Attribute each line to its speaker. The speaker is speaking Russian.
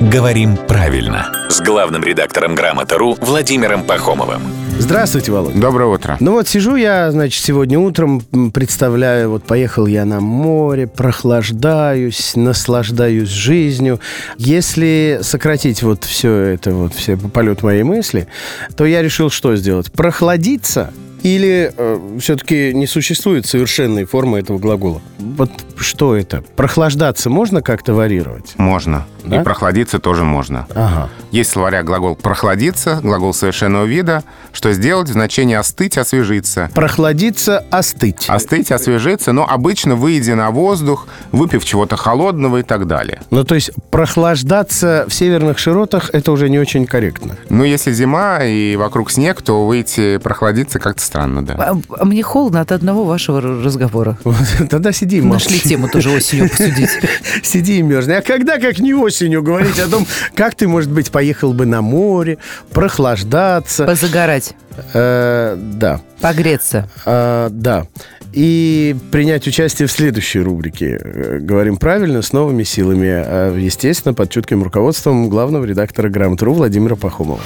Speaker 1: «Говорим правильно» с главным редактором «Грамота.ру» Владимиром Пахомовым.
Speaker 2: Здравствуйте, Володя.
Speaker 3: Доброе утро.
Speaker 2: Ну вот сижу я, значит, сегодня утром, м, представляю, вот поехал я на море, прохлаждаюсь, наслаждаюсь жизнью. Если сократить вот все это, вот все полет моей мысли, то я решил что сделать? Прохладиться или все-таки не существует совершенной формы этого глагола? Вот что это? Прохлаждаться можно как-то варьировать?
Speaker 3: Можно.
Speaker 2: Да?
Speaker 3: И прохладиться тоже можно.
Speaker 2: Ага.
Speaker 3: Есть в словарях глагол «прохладиться», глагол совершенного вида. Что сделать? Значение «остыть», «освежиться».
Speaker 2: Прохладиться, остыть.
Speaker 3: Остыть, освежиться, но обычно выйдя на воздух, выпив чего-то холодного и так далее.
Speaker 2: Ну, то есть прохлаждаться в северных широтах это уже не очень корректно.
Speaker 3: Но если зима и вокруг снег, то выйти прохладиться как-то странно, да.
Speaker 4: А- а Мне холодно от одного вашего р- разговора.
Speaker 2: Вот, Тогда сиди и
Speaker 4: Нашли
Speaker 2: молчи.
Speaker 4: тему тоже осенью обсудить.
Speaker 2: Сиди и мерзни. А когда, как не осенью, говорить о том, как ты, может быть, поехал бы на море, прохлаждаться.
Speaker 4: Позагорать,
Speaker 2: Э, Да,
Speaker 4: погреться.
Speaker 2: А, да. И принять участие в следующей рубрике э, «Говорим правильно» с новыми Э, силами, а, естественно, под чутким руководством главного редактора «Грамотру» Владимира Пахомова.